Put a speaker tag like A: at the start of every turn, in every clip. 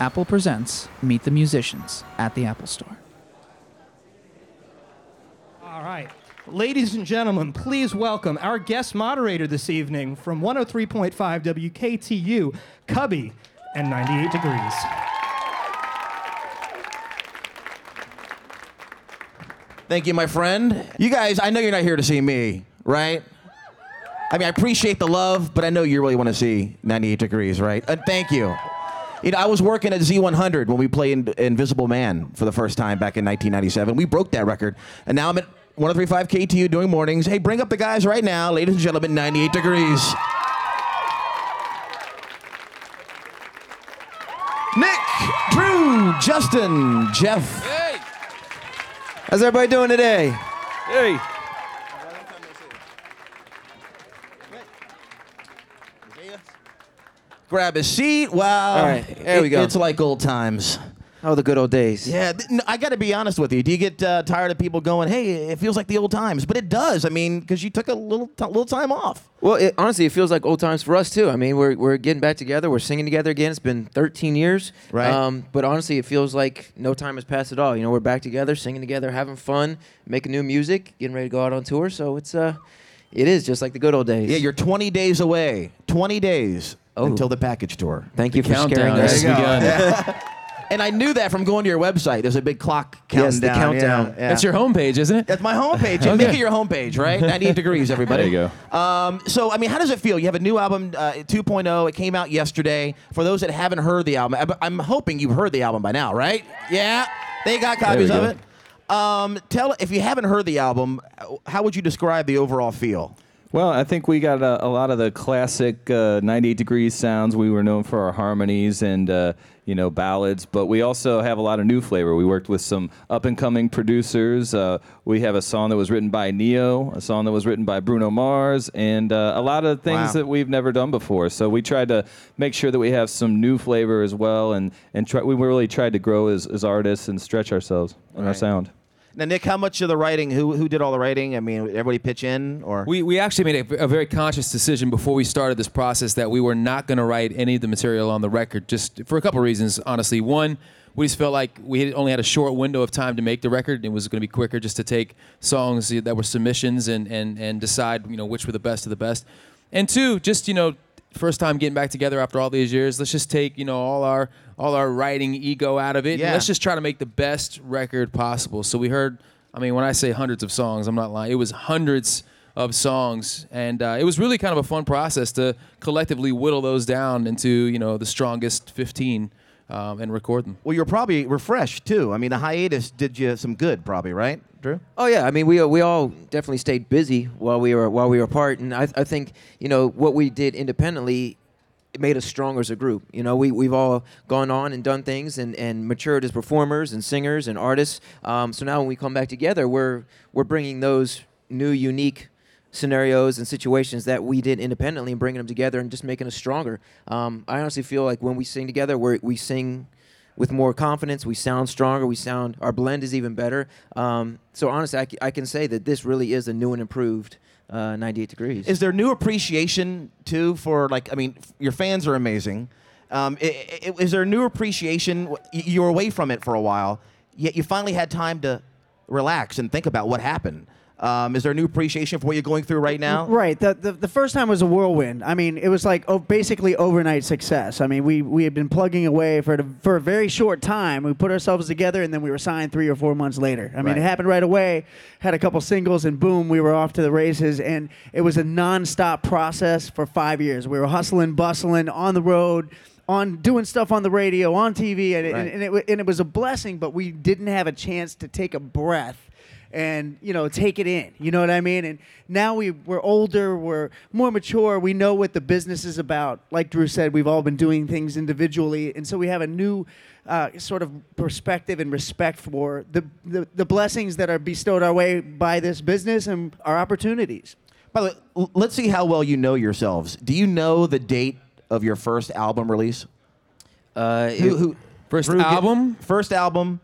A: Apple presents Meet the Musicians at the Apple Store.
B: All right. Ladies and gentlemen, please welcome our guest moderator this evening from 103.5 WKTU, Cubby, and 98 Degrees.
C: Thank you, my friend. You guys, I know you're not here to see me, right? I mean, I appreciate the love, but I know you really want to see 98 Degrees, right? And thank you. You know, I was working at Z100 when we played In- Invisible Man for the first time back in 1997. We broke that record, and now I'm at 103.5 KTU doing mornings. Hey, bring up the guys right now, ladies and gentlemen, 98 Degrees. Nick, Drew, Justin, Jeff.
D: Hey!
C: How's everybody doing today?
D: Hey!
C: Grab a seat. Wow.
E: All right, there we
C: It-
E: go.
C: It's like old times.
E: Oh, the good old days.
C: Yeah, th- no, I got to be honest with you. Do you get uh, tired of people going, "Hey, it feels like the old times"? But it does. I mean, because you took a little t- little time off.
E: Well, it, honestly, it feels like old times for us too. I mean, we're, we're getting back together. We're singing together again. It's been 13 years, Um,
C: Right.
E: but honestly, it feels like no time has passed at all. You know, we're back together, singing together, having fun, making new music, getting ready to go out on tour. So it's uh, it is just like the good old days.
C: Yeah, you're 20 days away. 20 days
E: Oh.
C: until the package tour.
E: Thank you for scaring
D: Countdown
E: us.
D: has begun.
C: And I knew that from going to your website. There's a big clock countdown.
E: Yes, the countdown.
C: Yeah.
D: That's your homepage, isn't it?
C: That's my homepage. Yeah, Make it your homepage, right? 98 degrees, everybody.
D: There you
C: go. Um, so, I mean, how does it feel? You have a new album, uh, 2.0. It came out yesterday. For those that haven't heard the album, I- I'm hoping you've heard the album by now, right? Yeah, they got copies
D: we
C: of
D: go.
C: it. Um, tell if you haven't heard the album, how would you describe the overall feel?
F: Well, I think we got a, a lot of the classic uh, 98 degrees sounds. We were known for our harmonies and uh, you know ballads, but we also have a lot of new flavor. We worked with some up and coming producers. Uh, we have a song that was written by Neo, a song that was written by Bruno Mars, and uh, a lot of things
C: Wow.
F: that we've never done before. So we tried to make sure that we have some new flavor as well, and and try, we really tried to grow as, as artists and stretch ourselves and our
C: Right.
F: sound.
C: Now, Nick, how much of the writing? Who who did all the writing? I mean, everybody pitch in, or
D: We, we actually made a, a very conscious decision before we started this process that we were not going to write any of the material on the record, just for a couple reasons, honestly. One, we just felt like we had only had a short window of time to make the record. It was going to be quicker just to take songs that were submissions and, and, and decide you know which were the best of the best. And two, just you know, first time getting back together after all these years. Let's just take you know all our all our writing ego out of it. and
C: Yeah.
D: let's just try to make the best record possible. So we heard. I mean, when I say hundreds of songs, I'm not lying. It was hundreds of songs, and uh, it was really kind of a fun process to collectively whittle those down into you know the strongest 15 um, and record them.
C: well, you're probably refreshed too. I mean, the hiatus did you some good, probably, right, Drew?
E: Oh yeah, I mean we we all definitely stayed busy while we were while we were apart, and I I think you know what we did independently it made us stronger as a group. You know, we we've all gone on and done things and, and matured as performers and singers and artists. Um, so now when we come back together, we're we're bringing those new unique scenarios and situations that we did independently and bringing them together and just making us stronger. Um, I honestly feel like when we sing together, we we sing with more confidence. We sound stronger. We sound our blend is even better. Um, so honestly, I, c- I can say that this really is a new and improved uh, 98 degrees.
C: Is there new appreciation too for like? I mean, f- your fans are amazing. Um, i- i- is there new appreciation? W- y- You were away from it for a while, yet you finally had time to relax and think about what happened. Um, is there new appreciation for what you're going through right now?
G: Right. The, the the first time was a whirlwind. I mean, it was like oh, basically overnight success. I mean, we we had been plugging away for the, for a very short time. We put ourselves together, and then we were signed three or four months later. I mean,
C: Right.
G: it happened right away. Had a couple singles, and boom, we were off to the races. And it was a nonstop process for five years. We were hustling, bustling on the road. On doing stuff on the radio, on TV, and, it
C: Right.
G: and, and, it, wa- and it was a blessing, but we didn't have a chance to take a breath and you know take it in you know what i mean and now we, we're older we're more mature we know what the business is about like drew said we've all been doing things individually and so we have a new uh, sort of perspective and respect for the, the, the blessings that are bestowed our way by this business and our opportunities
C: By the way, l- let's see how well you know yourselves. Do you know the date of your first album release?
E: uh, it-
C: Who, who
D: First
C: Drew, get-
D: album?
C: First album.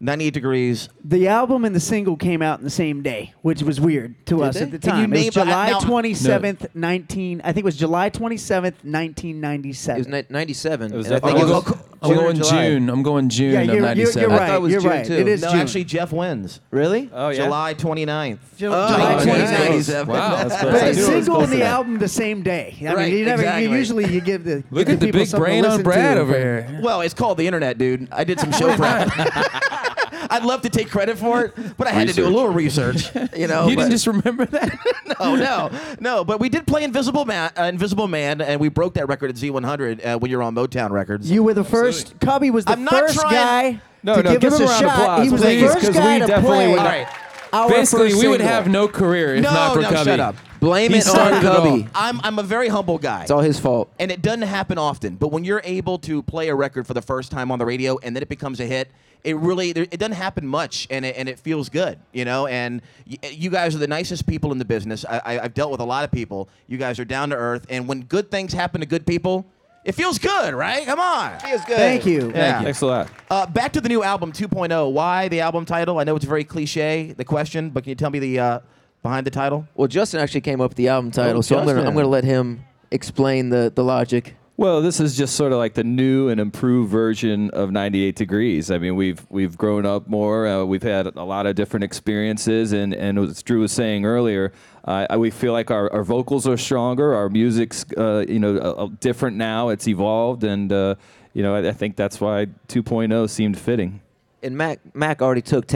C: 98 degrees.
G: the album and the single came out in the same day which was weird to us
E: they?
G: at the
C: Can you
G: time it
C: name-
G: was july
C: now-
G: 27th 19 i think it was july 27th 1997
E: It was ni- 97.
F: It was
E: and I
F: that-
E: think
F: Oh,
E: it was,
C: okay.
D: I'm
E: June or
D: going
E: July?
D: June. I'm going June
G: Yeah,
D: of
G: you're- you're-
D: 97.
G: you're
E: I
G: right.
E: thought it was
G: you're
E: June
G: right.
E: too.
G: It is
C: No,
G: June.
C: actually, Jeff wins.
E: Really?
F: Oh yeah.
C: July 29th.
G: Ju-
E: July
G: July
E: okay.
G: 29th.
E: 27th.
D: Wow, that's close.
G: But
D: I
G: the
D: knew it was
G: single
D: close
G: and
D: to
G: the
D: that.
G: album the same day. I
C: Right,
G: mean, you never,
C: exactly.
G: you, usually you give the
D: Look
G: give
D: at the
G: people
D: big
G: something to
D: brain on
G: listen to.
D: Brad over here.
C: Well, it's called the internet, dude. I did some show prep. I'd love to take credit for it, but I had to do a
F: Research.
C: little research. You
E: Oh,
C: know,
D: you
C: but-
D: didn't just remember that?
C: no, no, no. But we did play Invisible Man, uh, Invisible Man, and we broke that record at Z100 uh, when you were on Motown Records.
G: You were the first. Cubby was the
C: I'm not
G: first
C: trying-
G: guy
F: No,
G: to
F: no,
G: give,
F: give
G: us
F: him a
G: a
F: round of
G: shot.
F: applause,
G: he was
F: please,
G: the first
F: 'cause
G: guy
F: we
G: to
F: definitely
G: play.
F: would
C: All right.
G: Our
D: Basically,
G: first
D: we would
G: single.
D: have no career if
C: No,
D: not for
C: no,
D: Cubby.
C: shut up.
E: Blame
D: He
E: it on
D: started it all.
E: Cubby.
C: I'm I'm a very humble guy.
E: It's all his fault.
C: and it doesn't happen often. But when you're able to play a record for the first time on the radio and then it becomes a hit, it really there- it doesn't happen much, and it, and it feels good, you know. And y- you guys are the nicest people in the business. I, I, I've dealt with a lot of people. You guys are down to earth, and when good things happen to good people, it feels good, right? Come on.
G: Thank you.
C: Yeah.
F: Thanks a lot.
C: Uh, back to the new album 2.0. Why the album title? I know it's very cliche, the question, but can you tell me the uh, behind the title?
E: Well, Justin actually came up with the album title, so I'm gonna I'm
C: Oh, Justin.
E: gonna let him explain the the logic.
F: Well, this is just sort of like the new and improved version of 98 Degrees. I mean, we've we've grown up more. Uh, we've had a lot of different experiences, and and as Drew was saying earlier, uh, I- we feel like our, our vocals are stronger, our music's uh, you know uh, uh, different now. It's evolved, and uh, you know I, I think that's why 2.0 seemed fitting.
E: And Mac Mac already took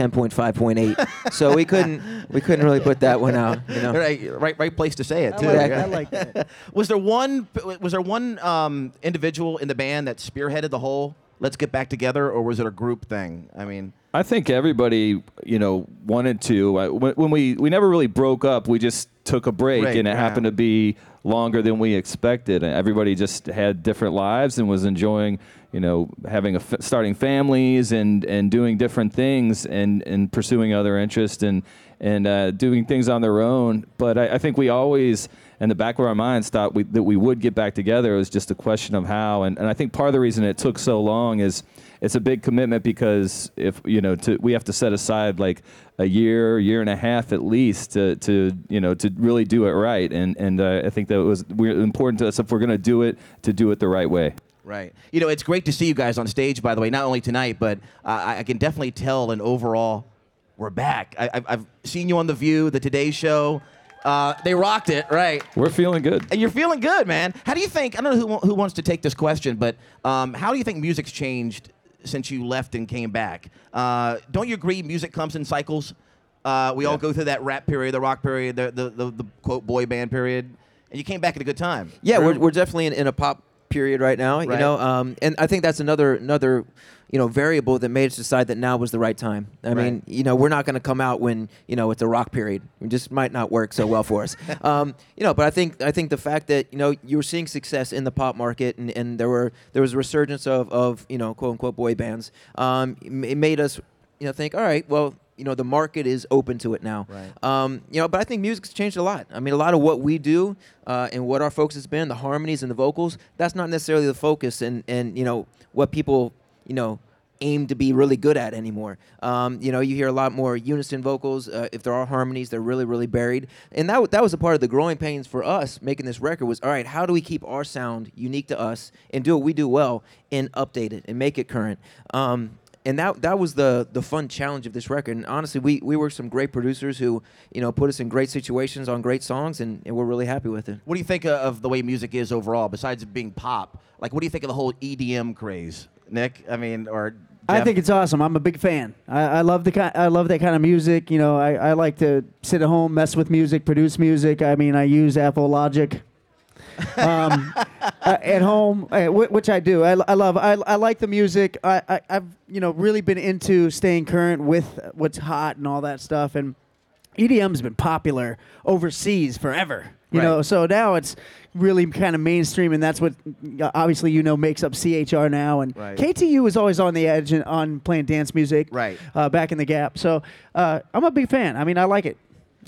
E: 10.5.8, so we couldn't we couldn't really put that one out. You know.
C: Right, right, right place to say it
G: I
C: too.
G: like,
C: Yeah.
G: I like that.
C: Was there one? Was there one um, individual in the band that spearheaded the whole "Let's get back together" or was it a group thing? I mean,
F: I think everybody, you know, wanted to. I- When, when we we never really broke up, we just took a break,
C: Break,
F: and it
C: yeah.
F: happened to be longer than we expected. And everybody just had different lives and was enjoying, you know, having a f- starting families and and doing different things and and pursuing other interests and and uh, doing things on their own. But I, I think we always. In the back of our minds, thought we, that we would get back together. It was just a question of how, and, and I think part of the reason it took so long is it's a big commitment because if you know to we have to set aside like a year year and a half at least to, to you know to really do it right and and uh, i think that was we're important to us if we're going to do it to do it the right way
C: Right. You know, it's great to see you guys on stage, by the way, not only tonight, but uh, I, I can definitely tell an overall, we're back. I, I've, I've seen you on The View, The Today Show. Uh, they rocked it, right?
F: we're feeling good
C: And you're feeling good, man. How do you think? I don't know who, wa- who wants to take this question, but um, how do you think music's changed since you left and came back? Uh, don't you agree music comes in cycles? Uh, we all go through that rap period, the rock period, the, the, the, the quote boy band period, and you came back at a good time.
E: Yeah, we're, we're definitely in, in a pop period right now. You
C: Right.
E: know, um, and I think that's another another you know variable that made us decide that now was the right time. I mean, you know, we're not going to come out when you know it's a rock period. It just might not work so well for us. um, you know, but I think I think the fact that you know you were seeing success in the pop market and, and there were there was a resurgence of of you know quote unquote boy bands. Um, it ma- it made us you know think all right well. You know the market is open to it now.
C: Right.
E: Um, you know, but I think music's changed a lot. I mean, a lot of what we do uh, and what our focus has been, the harmonies and the vocals, that's not necessarily the focus and, and you know, what people, you know, aim to be really good at anymore. Um, you know, you hear a lot more unison vocals. Uh, if there are harmonies, they're really, really buried. And that, w- that was a part of the growing pains for us making this record was, all right, how do we keep our sound unique to us and do what we do well and update it and make it current? Um, and that that was the the fun challenge of this record. And honestly, we we were some great producers who you know put us in great situations on great songs, and, and we're really happy with it.
C: What do you think uh, of the way music is overall, besides it being pop? Like, what do you think of the whole EDM craze, Nick? I mean, or
G: I
C: Jeff?
G: think it's awesome. I'm a big fan. I, I love the kind, I love that kind of music. You know, I, I like to sit at home, mess with music, produce music. I mean, I use Apple Logic um, uh, at home, uh, wh- which I do. I, I love. I, I like the music. I, I I've you know really been into staying current with what's hot and all that stuff. And EDM's been popular overseas forever. You
C: Right.
G: know, so now it's really kind of mainstream, and that's what obviously you know makes up CHR now. And
C: Right.
G: KTU was always on the edge and on playing dance music,
C: Right.
G: Uh, back in the gap, so uh, I'm a big fan. I mean, I like it.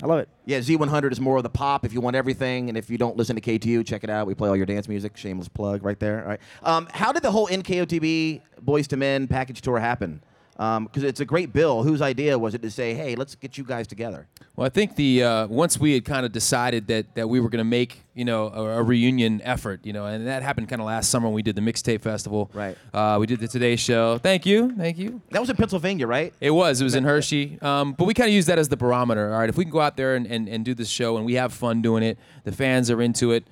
G: I love it.
C: yeah, Z100 is more of the pop. If you want everything, and if you don't listen to KTU, check it out. We play all your dance music. Shameless plug right there. All right. Um, how did the whole NKOTB Boys to Men package tour happen? Because it's a great bill. Whose idea was it to say, hey, let's get you guys together?
D: Well, I think the uh, once we had kind of decided that that we were going to make you know a, a reunion effort, you know, and that happened kind of last summer when we did the mixtape festival.
E: Right.
D: Uh, we did the Today Show. Thank you, thank you.
C: That was in Pennsylvania, right?
D: It was. It was in Hershey. Um, but we kind of use that as the barometer. All right, if we can go out there and, and, and do this show and we have fun doing it, the fans are into it.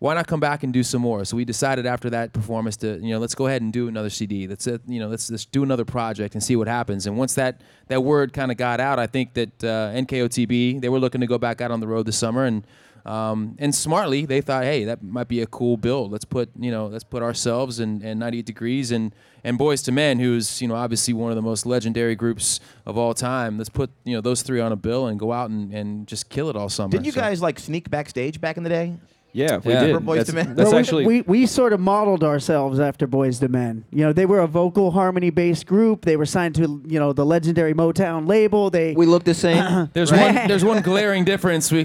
D: Why not come back and do some more? So we decided after that performance to you know let's go ahead and do another CD. Let's uh, you know let's let's do another project and see what happens. And once that that word kind of got out, I think that uh, NKOTB they were looking to go back out on the road this summer and. Um, and smartly, they thought, "Hey, that might be a cool build. Let's put, you know, let's put ourselves and, and 98 Degrees and and Boys to Men, who's you know obviously one of the most legendary groups of all time. Let's put you know those three on a bill and go out and, and just kill it all summer."
C: Didn't you
D: So-
C: guys like sneak backstage back in the day?
F: Yeah, we
D: Yeah.
F: did.
D: For
C: Boyz
F: that's
C: II Men.
F: that's
G: Well, we-
F: actually
G: we, we sort of modeled ourselves after Boys to Men. You know, they were a vocal harmony based group. They were signed to you know the legendary Motown label. They
E: We look the same.
D: There's one. There's one glaring difference. We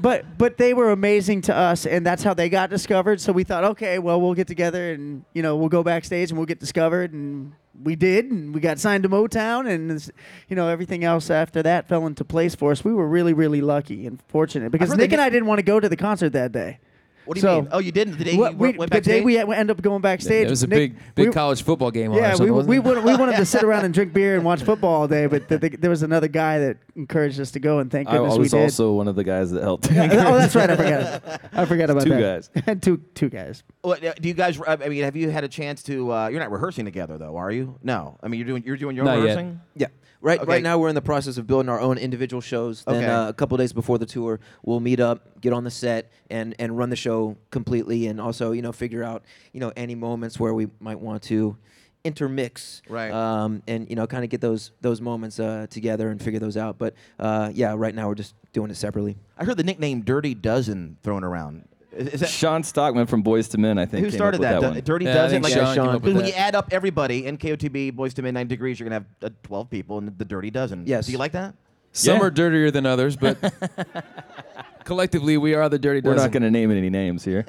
G: but but they were amazing to us, and that's how they got discovered. So we thought, okay, well we'll get together and you know we'll go backstage and we'll get discovered, and we did, and we got signed to Motown, and it's- you know everything else after that fell into place for us. We were really really lucky and fortunate because
C: heard they
G: Nick and
C: did-
G: I didn't want to go to the concert that day.
C: What do you
G: So-
C: mean? Oh, you didn't? The day
G: What-
C: you
G: we-
C: went, went
G: the day
C: backstage?
G: we had- we end up going backstage.
D: it was a
G: Nick-
D: big big
G: we-
D: college football game. on or
G: Yeah, we,
D: something, wasn't
G: we,
D: it?
G: wanted, we wanted to sit around and drink beer and watch football all day, but th th- there was another guy that encouraged us to go, and thank
F: I, I
G: goodness we
F: was
G: did.
F: also one of the guys that helped.
G: oh, that's right. I forgot. I forgot about
F: Two
G: that. guys. two two guys.
C: What, uh, do you guys? I mean, have you had a chance to? Uh, you're not rehearsing together, though, are you? No. I mean, you're doing you're doing your own
D: Not yet.
C: rehearsing.
E: yeah. Right.
C: Okay.
E: Right now we're in the process of building our own individual shows. Then
C: Okay.
E: uh, a couple days before the tour, we'll meet up, get on the set, and and run the show completely, and also you know figure out you know any moments where we might want to intermix
C: Right.
E: um, and you know kind of get those those moments uh, together and figure those out but uh, yeah right now we're just doing it separately
C: I heard the nickname "Dirty Dozen" thrown around. Is, is that
F: Sean Stockman from Boys to Men, I think.
C: who
F: came
C: started
F: up with
C: that?
F: that?
C: The-
F: one.
C: Dirty
D: Yeah, I
C: Dozen.
D: think
C: Like
D: Sean
C: uh,
D: came up with
C: when you
D: that.
C: add up everybody in KOTB, Boys to Men, Nine Degrees, you're gonna have uh, 12 people and the Dirty Dozen.
E: Yes.
C: Do you like that?
D: Some
F: Yeah.
D: are dirtier than others, but collectively we are the dirty.
F: We're
D: dozen.
F: not going to name any names here.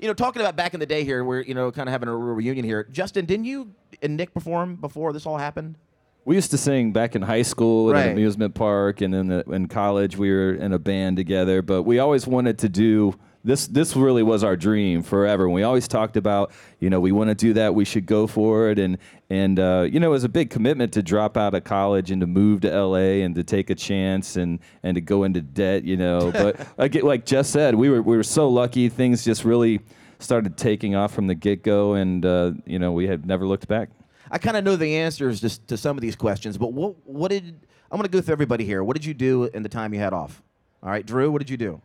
C: You know, talking about back in the day here, we're you know kind of having a re- reunion here. Justin, didn't you and Nick perform before this all happened?
F: We used to sing back in high school at
C: Right.
F: an amusement park, and then the, in college we were in a band together. But we always wanted to do this. This really was our dream forever. And we always talked about, you know, we want to do that. We should go for it. And and uh, you know, it was a big commitment to drop out of college and to move to LA and to take a chance and and to go into debt. You know, but again, like Jess said, we were we were so lucky. Things just really started taking off from the get go, and uh, you know, we had never looked back.
C: I kind of know the answers to, to some of these questions, but what what did I'm gonna go through everybody here? What did you do in the time you had off? All right, Drew, what did you do?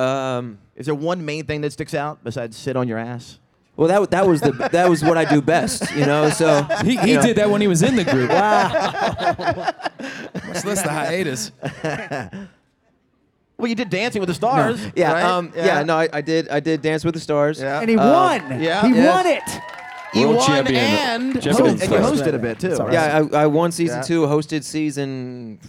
E: um,
C: Is there one main thing that sticks out besides sit on your ass?
E: well that, w- that was the that was what i do best you know so
D: He, he
E: you know.
D: did that when he was in the group. Wow. Much less the hiatus.
C: Well, you did Dancing with the Stars.
E: yeah,
C: right?
E: um, yeah, no, I, I did. I did Dance with the Stars.
C: Yeah.
G: And he
E: Uh,
G: won.
C: yeah.
G: he
E: Yeah.
G: won it.
C: you
F: World
C: won
F: champion.
C: and,
F: Champion
C: and you
F: Fest.
C: hosted a bit too. Right?
E: yeah. I, I won season
C: Yeah.
E: two, hosted season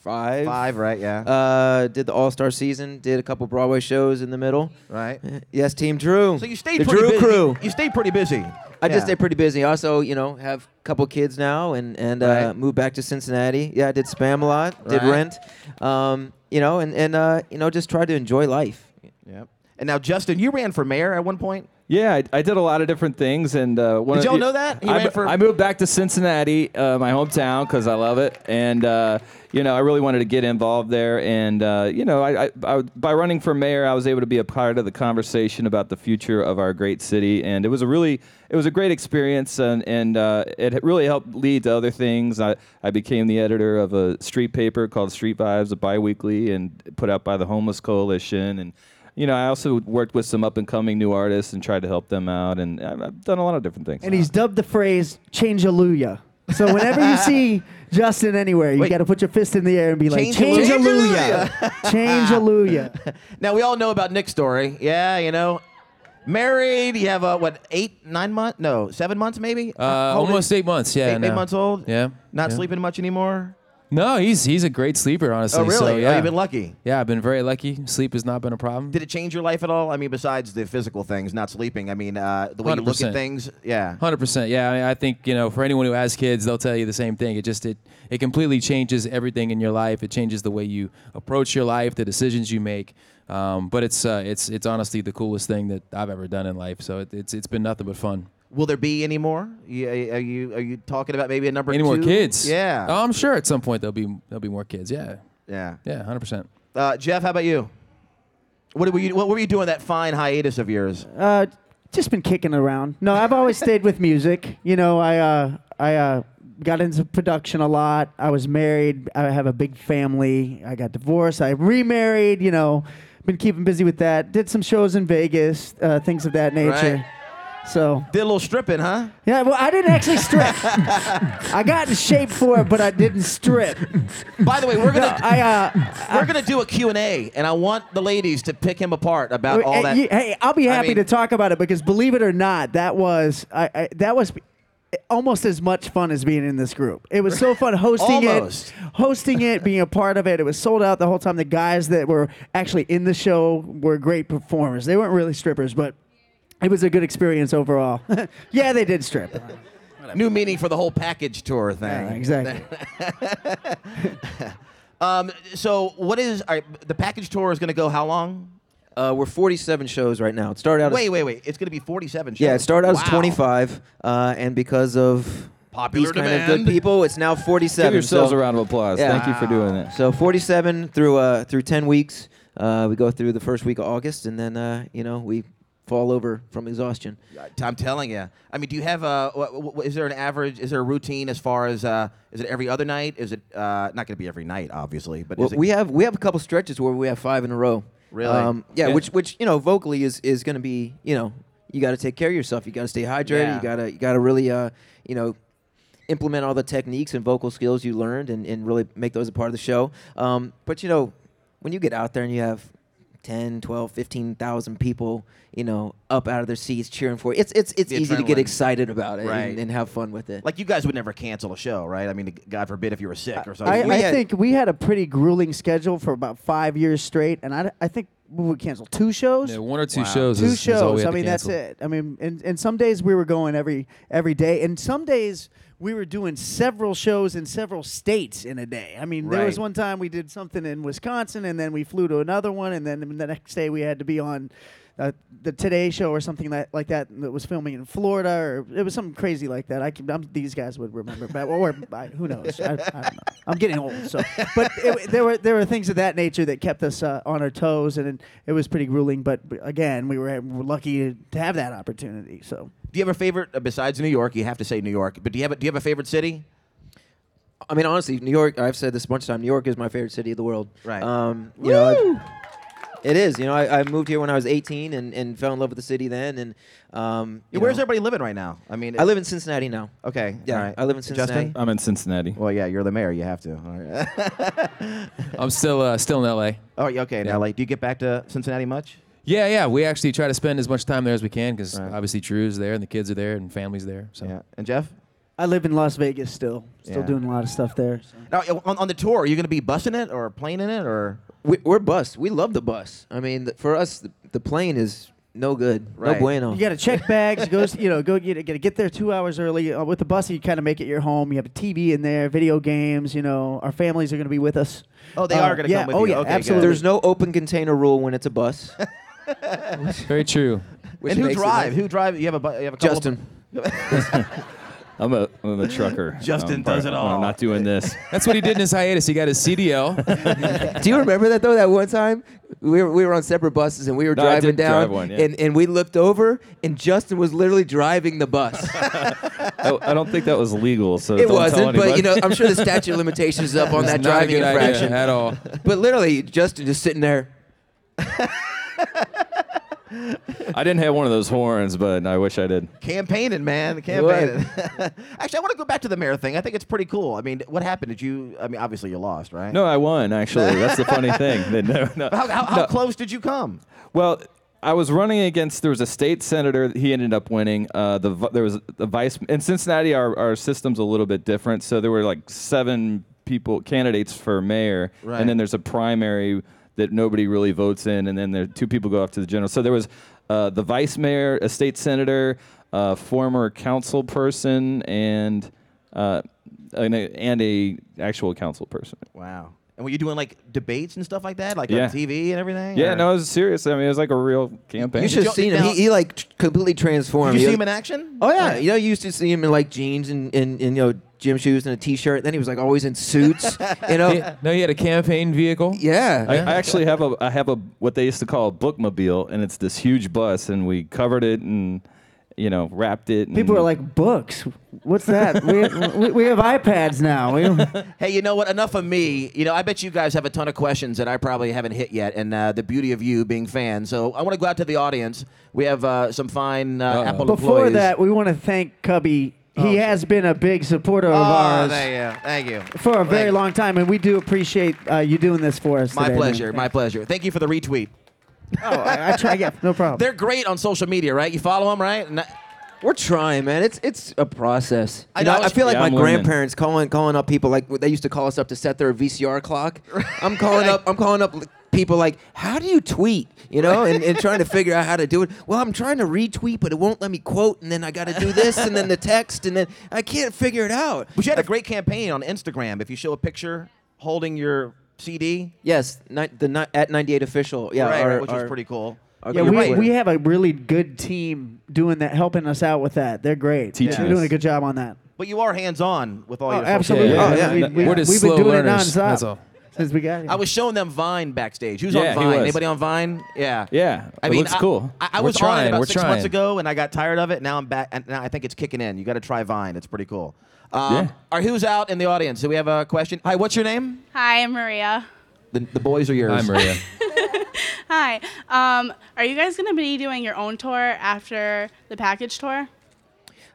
E: five.
C: five, right? Yeah,
E: Uh, did the All Star season. Did a couple Broadway shows in the middle.
C: right.
E: Yes, Team Drew.
C: So you stayed
E: the
C: pretty
E: Drew
C: busy.
E: Crew.
C: You stayed pretty busy.
E: I
C: Yeah.
E: just stayed pretty busy. Also, you know, have a couple kids now and and uh,
C: Right.
E: moved back to Cincinnati. Yeah, I did Spam a lot. Did
C: Right.
E: Rent. Um, you know, and and uh, you know, just tried to enjoy life.
C: Yep. And now, Justin, you ran for mayor at one point.
F: Yeah, I, I did a lot of different things, and uh, one
C: Did
F: of-
C: y'all know that? He
F: I,
C: ran
F: mo-
C: for-
F: I moved back to Cincinnati, uh, my hometown, because I love it, and uh, you know I really wanted to get involved there, and uh, you know I, I, I by running for mayor, I was able to be a part of the conversation about the future of our great city, and it was a really it was a great experience, and and uh, it really helped lead to other things. I I became the editor of a street paper called Street Vibes, a biweekly, and put out by the Homeless Coalition, and you know, I also worked with some up and coming new artists and tried to help them out, and I've, I've done a lot of different things.
G: And he's dubbed the phrase "Changeluya." So whenever you see Justin anywhere, you
C: Wait.
G: got to put your fist in the air and be like,
C: Change-a-lu-
G: "Changeluya, Changeluya."
C: Now we all know about Nick's story. Yeah, you know, married. You have a what eight, nine months? No, seven months maybe.
D: Uh,
C: How old are
D: almost
C: you?
D: eight months. Yeah.
C: eight, eight
D: now.
C: months old.
D: Yeah.
C: Not
D: yeah.
C: sleeping much anymore.
D: No, he's he's a great sleeper, honestly.
C: Oh, really?
D: So, yeah.
C: Oh, you've been lucky.
D: Yeah, I've been very lucky. Sleep has not been a problem.
C: Did it change your life at all? I mean, besides the physical things, not sleeping. I mean, uh, the way you look at
D: 100%.
C: things. Yeah.
D: Hundred percent. Yeah, I, mean, I think you know, for anyone who has kids, they'll tell you the same thing. It just it it completely changes everything in your life. It changes the way you approach your life, the decisions you make. Um, but it's uh, it's it's honestly the coolest thing that I've ever done in life. So it, it's it's been nothing but fun.
C: Will there be any more? You, are you are you talking about maybe a number?
D: Any more
C: two?
D: kids?
C: Yeah.
D: Oh, I'm sure at some point there'll be there'll be more kids. Yeah.
C: Yeah.
D: Yeah. Hundred percent.
C: Uh, Jeff, how about you? What were you What were you doing that fine hiatus of yours?
G: Uh, just been kicking around. No, I've always stayed with music. You know, I uh, I uh, got into production a lot. I was married. I have a big family. I got divorced. I remarried. You know, been keeping busy with that. Did some shows in Vegas, uh, things of that nature. So
C: Did a little stripping, huh?
G: yeah, well, I didn't actually strip. I got in shape for it, but I didn't strip.
C: By the way, we're gonna
G: I uh,
C: we're gonna do a Q and A, and I want the ladies to pick him apart about all
G: Hey,
E: eh,
C: that.
G: you- Hey, I'll be
C: I
G: happy
C: mean-
G: to talk about it because believe it or not, that was I, I that was almost as much fun as being in this group. It was so fun hosting
C: Almost.
G: it, hosting it, being a part of it. It was sold out the whole time. The guys that were actually in the show were great performers. They weren't really strippers, but it was a good experience overall. yeah, they did strip.
C: New meaning for the whole package tour thing.
G: Yeah, exactly.
C: Um, so what is all right, the package tour is going to go how long?
E: Uh, we're 47 shows right now. It started out as
C: Wait, wait, wait. It's going to be 47 shows.
E: Yeah, it started out
C: Wow.
E: as 25, uh, and because of
C: Popular
E: these kind of good
C: demand.
E: people, it's now 47.
F: Give yourselves
E: so,
F: a round of applause.
E: Yeah.
F: Thank you for doing that.
E: So 47 through uh, through 10 weeks. Uh, we go through the first week of August, and then uh, you know we fall over from exhaustion.
C: I'm telling you. I mean, do you have a? wh- wh- wh- Is there an average? Is there a routine as far as? Uh, is it every other night? Is it uh, not going to be every night, obviously? But
E: Well,
C: is it,
E: we have we have a couple stretches where we have five in a row. Um,
C: Really?
E: yeah,
D: Yeah.
E: which which you know vocally is is going to be you know you got to take care of yourself. You got to stay hydrated.
C: Yeah.
E: You gotta you gotta really uh you know implement all the techniques and vocal skills you learned and, and really make those a part of the show. Um, but you know when you get out there and you have 10, 12, 15,000 people, you know, up out of their seats cheering for you. It's it's it's
C: The
E: easy to get
C: adrenaline.
E: excited about it
C: Right.
E: and, and have fun with it.
C: like you guys would never cancel a show, right? I mean, God forbid if you were sick or
G: I,
C: something.
G: I
E: had-
G: think we had a pretty grueling schedule for about five years straight, and I, I think we would cancel two shows.
D: Yeah, one or two shows.
G: two
D: is, is all we
G: shows.
D: had
G: I
D: to
G: mean, that's
D: cancel.
G: it. I mean, and, and some days we were going every every day, and some days we were doing several shows in several states in a day. I mean, there was
C: Right.
G: one time we did something in Wisconsin, and then we flew to another one, and then the next day we had to be on. Uh, the Today Show or something that, like that that was filming in Florida or it was something crazy like that. I can, I'm, these guys would remember, but or I, who knows? I, I don't know. I'm getting old, so. But it, there were there were things of that nature that kept us uh, on our toes, and it was pretty grueling. But again, we were, we were lucky to have that opportunity. So
C: do you have a favorite uh, besides New York? You have to say New York, but do you have a, do you have a favorite city?
E: I mean, honestly, New York. I've said this a bunch of times. New York is my favorite city of the world.
C: Right.
E: Um, you know, I've- it is. You know, I, I moved here when I was 18 and, and fell in love with the city then. And um, you
C: Where's
E: know,
C: everybody living right now? I mean, uh,
E: I live in Cincinnati now.
C: Okay.
E: Yeah,
C: all right.
E: I live in Cincinnati.
C: Justin?
F: I'm in Cincinnati.
C: Well, yeah, you're the mayor. You have to. All right.
D: I'm still uh, still in LA.
C: oh, yeah, okay. Now, like, do you get back to Cincinnati much?
D: Yeah, yeah. We actually try to spend as much time there as we can because obviously Drew's there and the kids are there and family's there. So
C: Yeah. And Jeff?
G: I live in Las Vegas still, still
C: Yeah.
G: doing a lot of stuff there. so.
C: Now, on, on the tour, are you going to be bussing it or playing in it or?
E: We, we're bus. We love the bus. I mean, th- for us, the, the plane is no good.
C: Right.
E: No bueno.
G: You got to check bags. Go, s- you know, go get gotta get there two hours early. Uh, with the bus, you kind of make it your home. You have a TV in there, video games. You know, our families are going to be with us.
C: Oh, they
G: Uh,
C: are going to
G: yeah,
C: come with
G: oh,
C: you.
G: yeah,
C: okay,
G: absolutely.
C: good.
E: There's no open container rule when it's a bus.
D: very true.
E: which
C: and who
E: makes it
C: drive?
E: nice.
C: Who drive? You have a bu- you have a couple of-
E: Justin.
F: I'm a, I'm a trucker.
C: Justin
F: I'm
C: does
F: part-
C: it
F: I'm
C: all.
F: not doing this.
D: That's what he did in his hiatus. He got his CDL.
E: Do you remember that though? That one time we were, we were on separate buses and we were
F: No, I
E: driving
F: did
E: down,
F: drive one, yeah.
E: and and we looked over and Justin was literally driving the bus.
F: I, I don't think that was legal, so
E: it
F: don't tell
E: wasn't, but
F: anybody.
E: you know I'm sure the statute of limitations is up on that
D: It's not a
E: driving
D: good idea
E: infraction.
D: at all.
E: But literally, Justin just sitting there.
F: I didn't have one of those horns, but I wish I did.
C: campaigning, man, campaigning. Actually, I want to go back to the mayor thing. I think it's pretty cool. I mean, what happened? Did you? I mean, obviously you lost, right?
F: No, I won actually. That's the funny thing. They never- no.
C: How, how, how close did you come?
F: Well, I was running against. There was a state senator. He ended up winning. Uh, the vi- there was the vice in Cincinnati. Our our system's a little bit different. So there were like seven people candidates for mayor,
C: Right.
F: and then there's a primary that nobody really votes in, and then there two people go off to the general. So there was uh, the vice mayor, a state senator, a former council person, and uh, and, a, and a actual council person.
C: Wow. And were you doing like debates and stuff like that, like
F: Yeah.
C: on TV and everything?
F: Yeah,
C: or-
F: no, it was serious. I mean, it was like a real campaign.
E: You should
C: you-
E: have seen him.
C: now-
E: He, he like t- completely transformed.
C: Did you
E: He-
C: see him in action?
E: Oh yeah, you know, you used to see him in like jeans and, and, and you know gym shoes and a t-shirt. Then he was like always in suits. you know,
D: He- no, he had a campaign vehicle.
E: yeah.
F: I, I actually have a I have a what they used to call a bookmobile, and it's this huge bus, and we covered it and you know wrapped it. And
G: People are like, books. What's that? we, we, we have iPads now. We,
C: Hey, you know what? Enough of me. You know, I bet you guys have a ton of questions that I probably haven't hit yet, and uh, the beauty of you being fans. So I want to go out to the audience. We have uh, some fine uh,
D: Uh-oh.
C: Apple
G: before
C: employees.
G: that, we want to thank Cubby. He has been a big supporter of
C: oh,
G: ours
C: thank you, thank you.
G: for a very
C: Thank-
G: long time, and we do appreciate uh, you doing this for us.
C: My
G: today, man.
C: pleasure, my pleasure. Thank you for the retweet.
G: Oh, I, I try. Yeah, no problem.
C: They're great on social media, right? You follow them, right? And I-
E: We're trying, man. It's it's a process.
C: I
E: You
C: know,
E: know,
C: I
E: I,
C: was-
E: feel like
F: Yeah,
E: my
F: I'm learning.
E: grandparents calling calling up people like they used to call us up to set their VCR clock. I'm calling up I'm calling up people like, how do you tweet? You know, and, and trying to figure out how to do it. Well, I'm trying to retweet, but it won't let me quote, and then I got to do this, and then the text, and then I can't figure it out.
C: But you had a great campaign on Instagram. If you show a picture holding your CD,
E: Yes, ni- the ni- at 98 official. Yeah,
C: right,
E: our-
C: which was
E: our-
C: pretty cool.
E: our-
G: yeah,
E: you're
G: we,
E: right.
G: we have a really good team doing that, helping us out with that. They're great.
F: Teaching
G: They're doing
F: us.
G: a good job on that.
C: But you are hands on with all
G: Oh,
C: your social
G: absolutely.
F: Yeah,
G: Oh,
F: yeah.
G: We, we,
D: We're just
G: we've been
D: slow
G: doing
D: learners,
G: it nonstop
D: that's all.
G: since we got here.
C: I was showing them Vine backstage. Who's
F: Yeah,
C: on
F: he
C: Vine?
F: was.
C: Anybody on Vine? Yeah.
F: Yeah, it looks
C: I,
F: cool.
C: I, I
D: We're
C: was on it
D: trying,
C: about
D: we're
C: six months
D: trying.
C: ago, and I got tired of it. Now I'm back, and now I think it's kicking in. You got to try Vine. It's pretty cool. Um,
F: Yeah.
C: All right, who's out in the audience? Do we have a question? Hi, what's your name?
H: Hi, I'm Maria.
C: The, the boys are yours.
D: Hi, Maria.
H: Hi. Um, are you guys going to be doing your own tour after the package tour?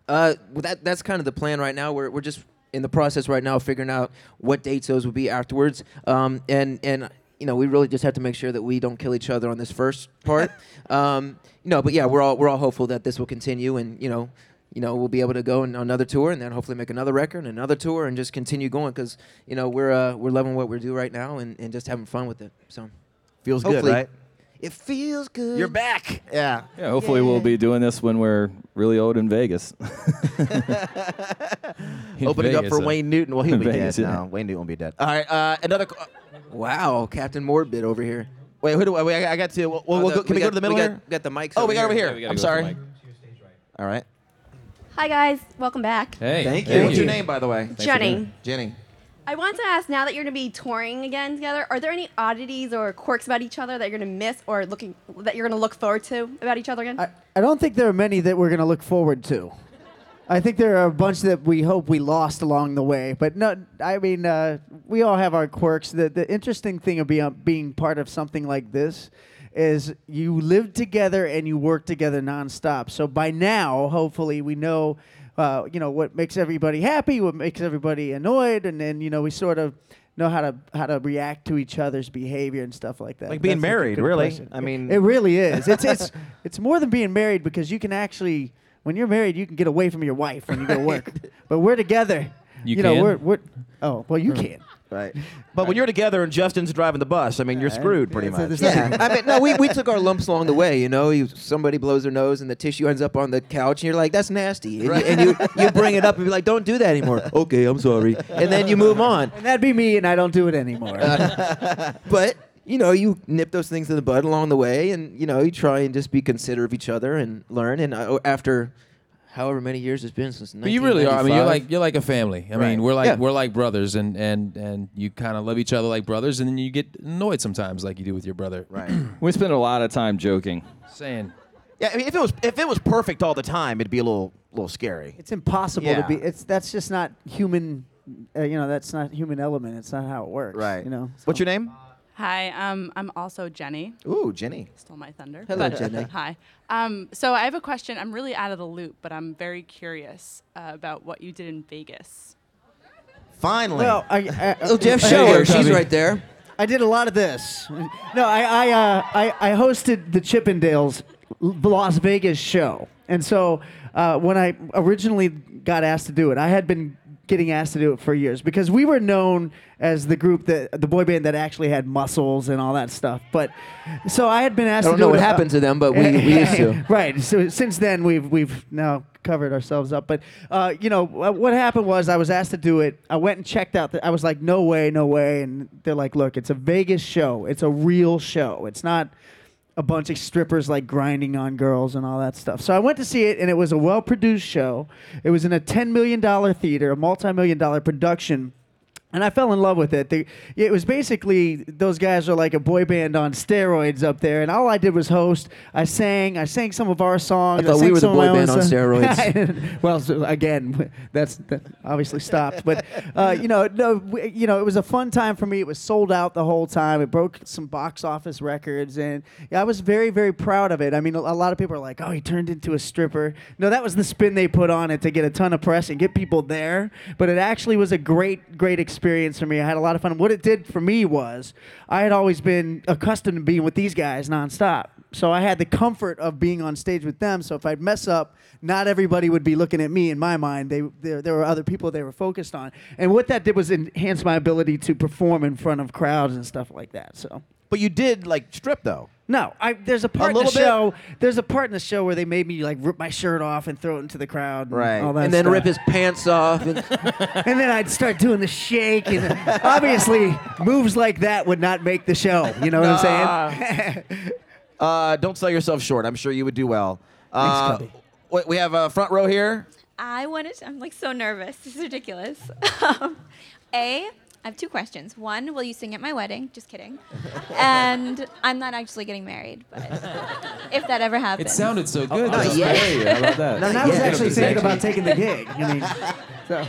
E: Uh, well, that that's kind of the plan right now. We're we're just in the process right now of figuring out what dates those will be afterwards. Um, and and you know we really just have to make sure that we don't kill each other on this first part. um, you know, but yeah, we're all we're all hopeful that this will continue, and you know. You know, we'll be able to go on another tour, and then hopefully make another record, and another tour, and just continue going because you know we're uh, we're loving what we do right now, and, and just having fun with it. So
C: Feels
E: Hopefully.
C: good, right?
E: it feels good.
C: You're back. Yeah.
F: yeah, hopefully we'll be doing this when we're really old in Vegas.
C: Opening up
D: Vegas,
C: for
D: uh,
C: Wayne Newton. Well, he'll be
F: Vegas,
C: dead
F: yeah.
C: now. Wayne Newton will be dead. All right. Uh, another. qu-
E: Wow, Captain Morbid over here.
C: Wait, who do I, wait, I got to? Well, we'll
E: Oh,
C: go, can
E: the-
C: Uh, we, go
E: got-
C: to the middle
E: We
C: here?
E: got, got the mics.
C: oh, we got over here.
F: we gotta
C: I'm
F: go to the
C: sorry.
F: mic.
C: All right.
I: Hi guys, welcome back.
D: Hey,
E: Thank you.
C: Hey,
E: Thank
C: what's your name, by the way?
I: Jenny,
C: Jenny.
I: I want to ask now that you're going to be touring again together, are there any oddities or quirks about each other that you're going to miss or looking that you're going to look forward to about each other again?
G: I, I don't think there are many that we're going to look forward to. I think there are a bunch that we hope we lost along the way. But no, I mean, uh, we all have our quirks. The, the interesting thing of being, being part of something like this is you live together and you work together nonstop. So by now, hopefully, we know. Uh, you know what makes everybody happy, what makes everybody annoyed, and then you know we sort of know how to how to react to each other's behavior and stuff like that.
C: Like being
G: That's a
C: married,
G: good
C: really.
G: question.
C: I mean-
G: it really is. It's it's it's more than being married because you can actually, when you're married, you can get away from your wife when you go to work. but we're together.
D: You
G: know,
D: can?
G: we're we're. Oh well, you can.
C: Right. But when you're together and Justin's driving the bus, I mean, you're screwed pretty
G: it's-
C: much.
G: it's-
E: Yeah, I mean, no, we, we took our lumps along the way. You know, you, somebody blows their nose and the tissue ends up on the couch, and you're like, "That's nasty," and, you, and you you bring it up and be like, "Don't do that anymore." okay, I'm sorry, and then you move on.
G: And that'd be me, and I don't do it anymore.
E: But you know, you nip those things in the bud along the way, and you know, you try and just be considerate of each other and learn. And uh, after however many years it's been since,
D: But you really are. I mean,
E: 1995.
D: you're like you're like a family. I
E: Right.
D: mean, we're like
E: Yeah.
D: we're like brothers, and and and you kind of love each other like brothers, and then you get annoyed sometimes, like you do with your brother.
C: right.
F: we spend a lot of time joking.
D: Saying,
C: Yeah, I mean, if it was if it was perfect all the time, it'd be a little little scary.
G: it's impossible
C: Yeah.
G: to be. It's that's just not human. Uh, you know, that's not human element. It's not how it works. You know.
C: What's your name?
H: Hi, um, I'm also Jenny.
C: Ooh, Jenny.
H: Stole my thunder.
E: Hello,
H: but-
E: Jenny.
H: Hi. Um, so I have a question. I'm really out of the loop, but I'm very curious uh, about what you did in Vegas.
C: Finally.
G: Well, I, I,
E: Oh, Jeff
G: I-
E: show her.
D: Hey,
E: She's
D: Tommy.
E: right there.
G: I did a lot of this. No, I I, uh, I, I hosted the Chippendales L- Las Vegas show, and so uh, when I originally got asked to do it, I had been getting asked to do it for years because we were known as the group that the boy band that actually had muscles and all that stuff. But so I had been asked.
E: I
G: to
E: don't know
G: do it
E: what
G: uh, a-
E: happened to them, but we- we used to.
G: right. So since then, we've we've now covered ourselves up. But uh, you know wh- what happened was I was asked to do it. I went and checked out. The, I was like, no way, no way. And they're like, look, it's a Vegas show. It's a real show. It's not a bunch of strippers like grinding on girls and all that stuff. So I went to see it, and it was a well-produced show. It was in a ten million dollar theater, a multi-million dollar production and I fell in love with it. They, it was basically those guys are like a boy band on steroids up there, and all I did was host. I sang, I sang some of our songs.
E: I thought we
G: sang
E: were the
G: some of my
E: boy
G: own
E: band on
G: songs.
E: steroids.
G: well, so again, that's that obviously stopped, but uh, you know, no, w- you know, it was a fun time for me. It was sold out the whole time. It broke some box office records, and yeah, I was very, very proud of it. I mean, a, a lot of people are like, "Oh, he turned into a stripper." No, that was the spin they put on it to get a ton of press and get people there. But it actually was a great, great experience for me. I had a lot of fun. What it did for me was, I had always been accustomed to being with these guys nonstop. So I had the comfort of being on stage with them. So if I'd mess up, not everybody would be looking at me in my mind. They there, there were other people they were focused on. And what that did was enhance my ability to perform in front of crowds and stuff like that. So
C: But you did like strip though.
G: no, I, there's a part in the
C: little bit?
G: show. There's a part in the show where they made me like rip my shirt off and throw it into the crowd, and
C: Right.
G: all that
E: and then
G: stuff.
E: rip his pants off. And
G: and then I'd start doing the shake, and obviously moves like that would not make the show. You know what I'm saying?
C: Uh, don't sell yourself short. I'm sure you would do well. Uh,
G: Cubby.
C: w- we have a front row here.
J: I wanted. To, I'm like so nervous. This is ridiculous. Um, A. I have two questions. One, will you sing at my wedding? Just kidding. and I'm not actually getting married, but if that ever happens.
D: It sounded so good.
E: not
D: though.
E: yet.
F: Hey, how about that?
G: And I was
E: Yeah.
G: actually
D: Yeah.
G: thinking about taking the gig. I mean, so.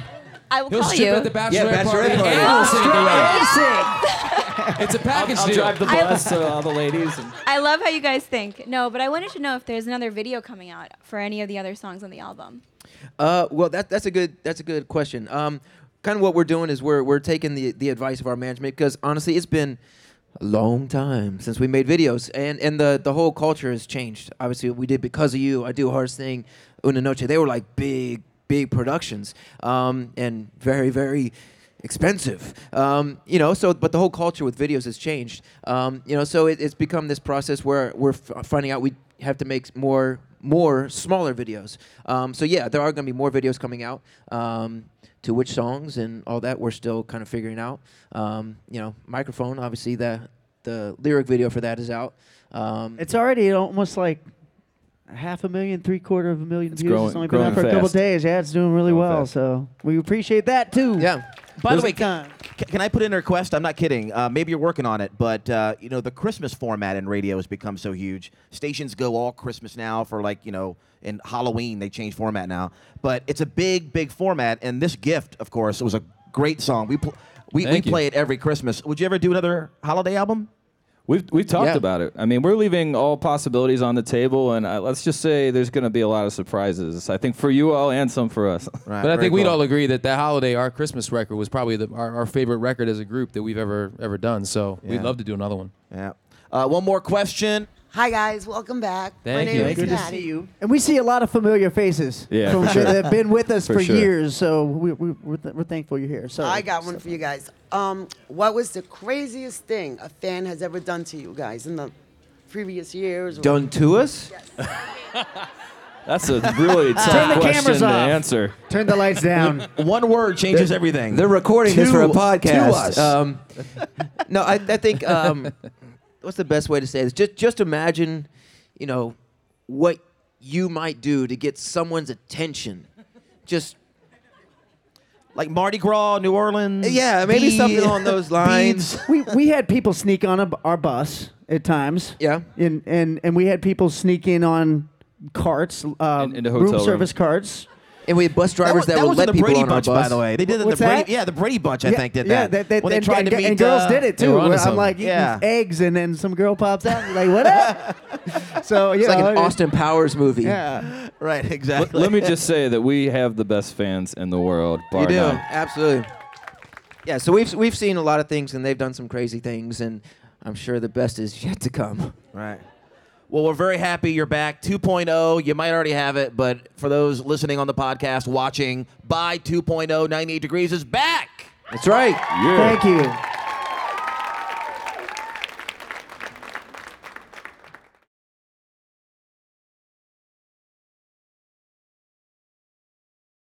J: I will
D: He'll
J: call
D: strip
J: you.
D: at the bachelorette,
E: Yeah, bachelorette
D: party.
E: party.
D: and he'll sing at the wedding. It's a package
F: I'll
D: deal.
F: drive the
J: I-
F: bus to all the ladies. And
J: I love how you guys think. No, but I wanted to know if there's another video coming out for any of the other songs on the album.
E: Uh, well, that, that's a good that's a good question. Um, kind of what we're doing is we're we're taking the the advice of our management because honestly, it's been a long time since we made videos, and and the the whole culture has changed. Obviously, we did because of you. I do hardest thing, Una Noche. They were like big big productions, um, and very very expensive um, you know so but the whole culture with videos has changed um, you know so it, it's become this process where we're f- finding out we have to make more more smaller videos. Um, so yeah, there are going to be more videos coming out. Um, to which songs and all that we're still kind of figuring out. Um, you know, microphone obviously the the lyric video for that is out. Um,
G: It's already almost like half a million, three quarter of a million views.
F: growing-
G: it's only been out
F: growing
G: for a couple
F: fast.
G: days. Yeah, it's doing really
F: Growing
G: well.
F: fast.
G: So we appreciate that too.
E: yeah.
C: By the way,
G: Big time.
C: C- Can I put in a request? I'm not kidding. Uh, maybe you're working on it, but uh, you know the Christmas format in radio has become so huge. Stations go all Christmas now for like you know, in Halloween they change format now. But it's a big, big format, and this gift, of course, was a great song. We pl- we, we
D: Thank you.
C: play it every Christmas. Would you ever do another holiday album?
F: We've, we've talked
E: Yeah.
F: about it. I mean, we're leaving all possibilities on the table, and uh let's just say there's going to be a lot of surprises. I think for you all and some for us.
C: Right,
D: But I
C: very
D: think we'd
C: cool.
D: all agree that that holiday, our Christmas record, was probably the, our, our favorite record as a group that we've ever ever done. So
C: Yeah.
D: we'd love to do another one.
C: Yeah. Uh, one more question.
K: Hi guys, welcome back.
D: Thank
K: My
D: you.
K: name
D: Good
K: is
G: Good to
K: Maddie.
G: see you. And we see a lot of familiar faces.
F: Yeah,
G: from,
F: for sure.
G: that have been with us for,
F: For sure.
G: years. So we, we, we're, th- we're thankful you're here. So
K: I got one for you guys. Um, what was the craziest thing a fan has ever done to you guys in the previous years? or-
E: Done to us?
F: That's a really
G: Turn
F: tough
G: the
F: question
G: cameras
F: to
G: off.
F: answer.
G: Turn the lights down.
C: One word changes everything.
E: They're recording this
C: To-
E: for a podcast.
C: To us.
E: Um, no, I, I think um, what's the best way to say this? Just just imagine, you know, what you might do to get someone's attention. Just
C: like Mardi Gras, New Orleans.
E: Yeah, maybe
C: bee-
E: something along those lines.
C: beads.
G: we, we had people sneak on a b our bus at times.
E: Yeah.
G: And and and we had people sneak in on carts, uh,
F: In- into
G: room
F: hotel
G: service carts.
E: and we had bus drivers that,
C: wa-
E: would
C: was in
E: let
C: the
E: people
C: Brady
E: on
C: Bunch,
E: our bus.
C: by the way. They did it.
G: What's
C: the Brady,
G: that?
C: yeah, the Brady Bunch. I think did
G: yeah,
C: that.
G: that-
C: when they
G: and,
C: tried
G: and,
C: to
G: and
C: meet
G: girls
C: uh,
G: did it
D: they
G: too.
D: were onto
G: where I'm
D: something.
G: like eating
C: Yeah.
G: eggs, and then some girl pops out, and you're like, what up? so you
E: It's like
G: know,
E: an
G: it-
E: Austin Powers movie.
G: Yeah,
C: Right,
F: Let,
C: exactly.
F: let me just say that we have the best fans in the world, bar
E: You do
F: none.
E: absolutely. Yeah, so we've we've seen a lot of things, and they've done some crazy things, and I'm sure the best is yet to come.
C: Right.
E: Well, we're very happy you're back. 2.0, you might already have it, but for those listening on the
C: oh
E: podcast, watching, by 2.0, 98 Degrees is back.
C: That's right.
G: Thank you.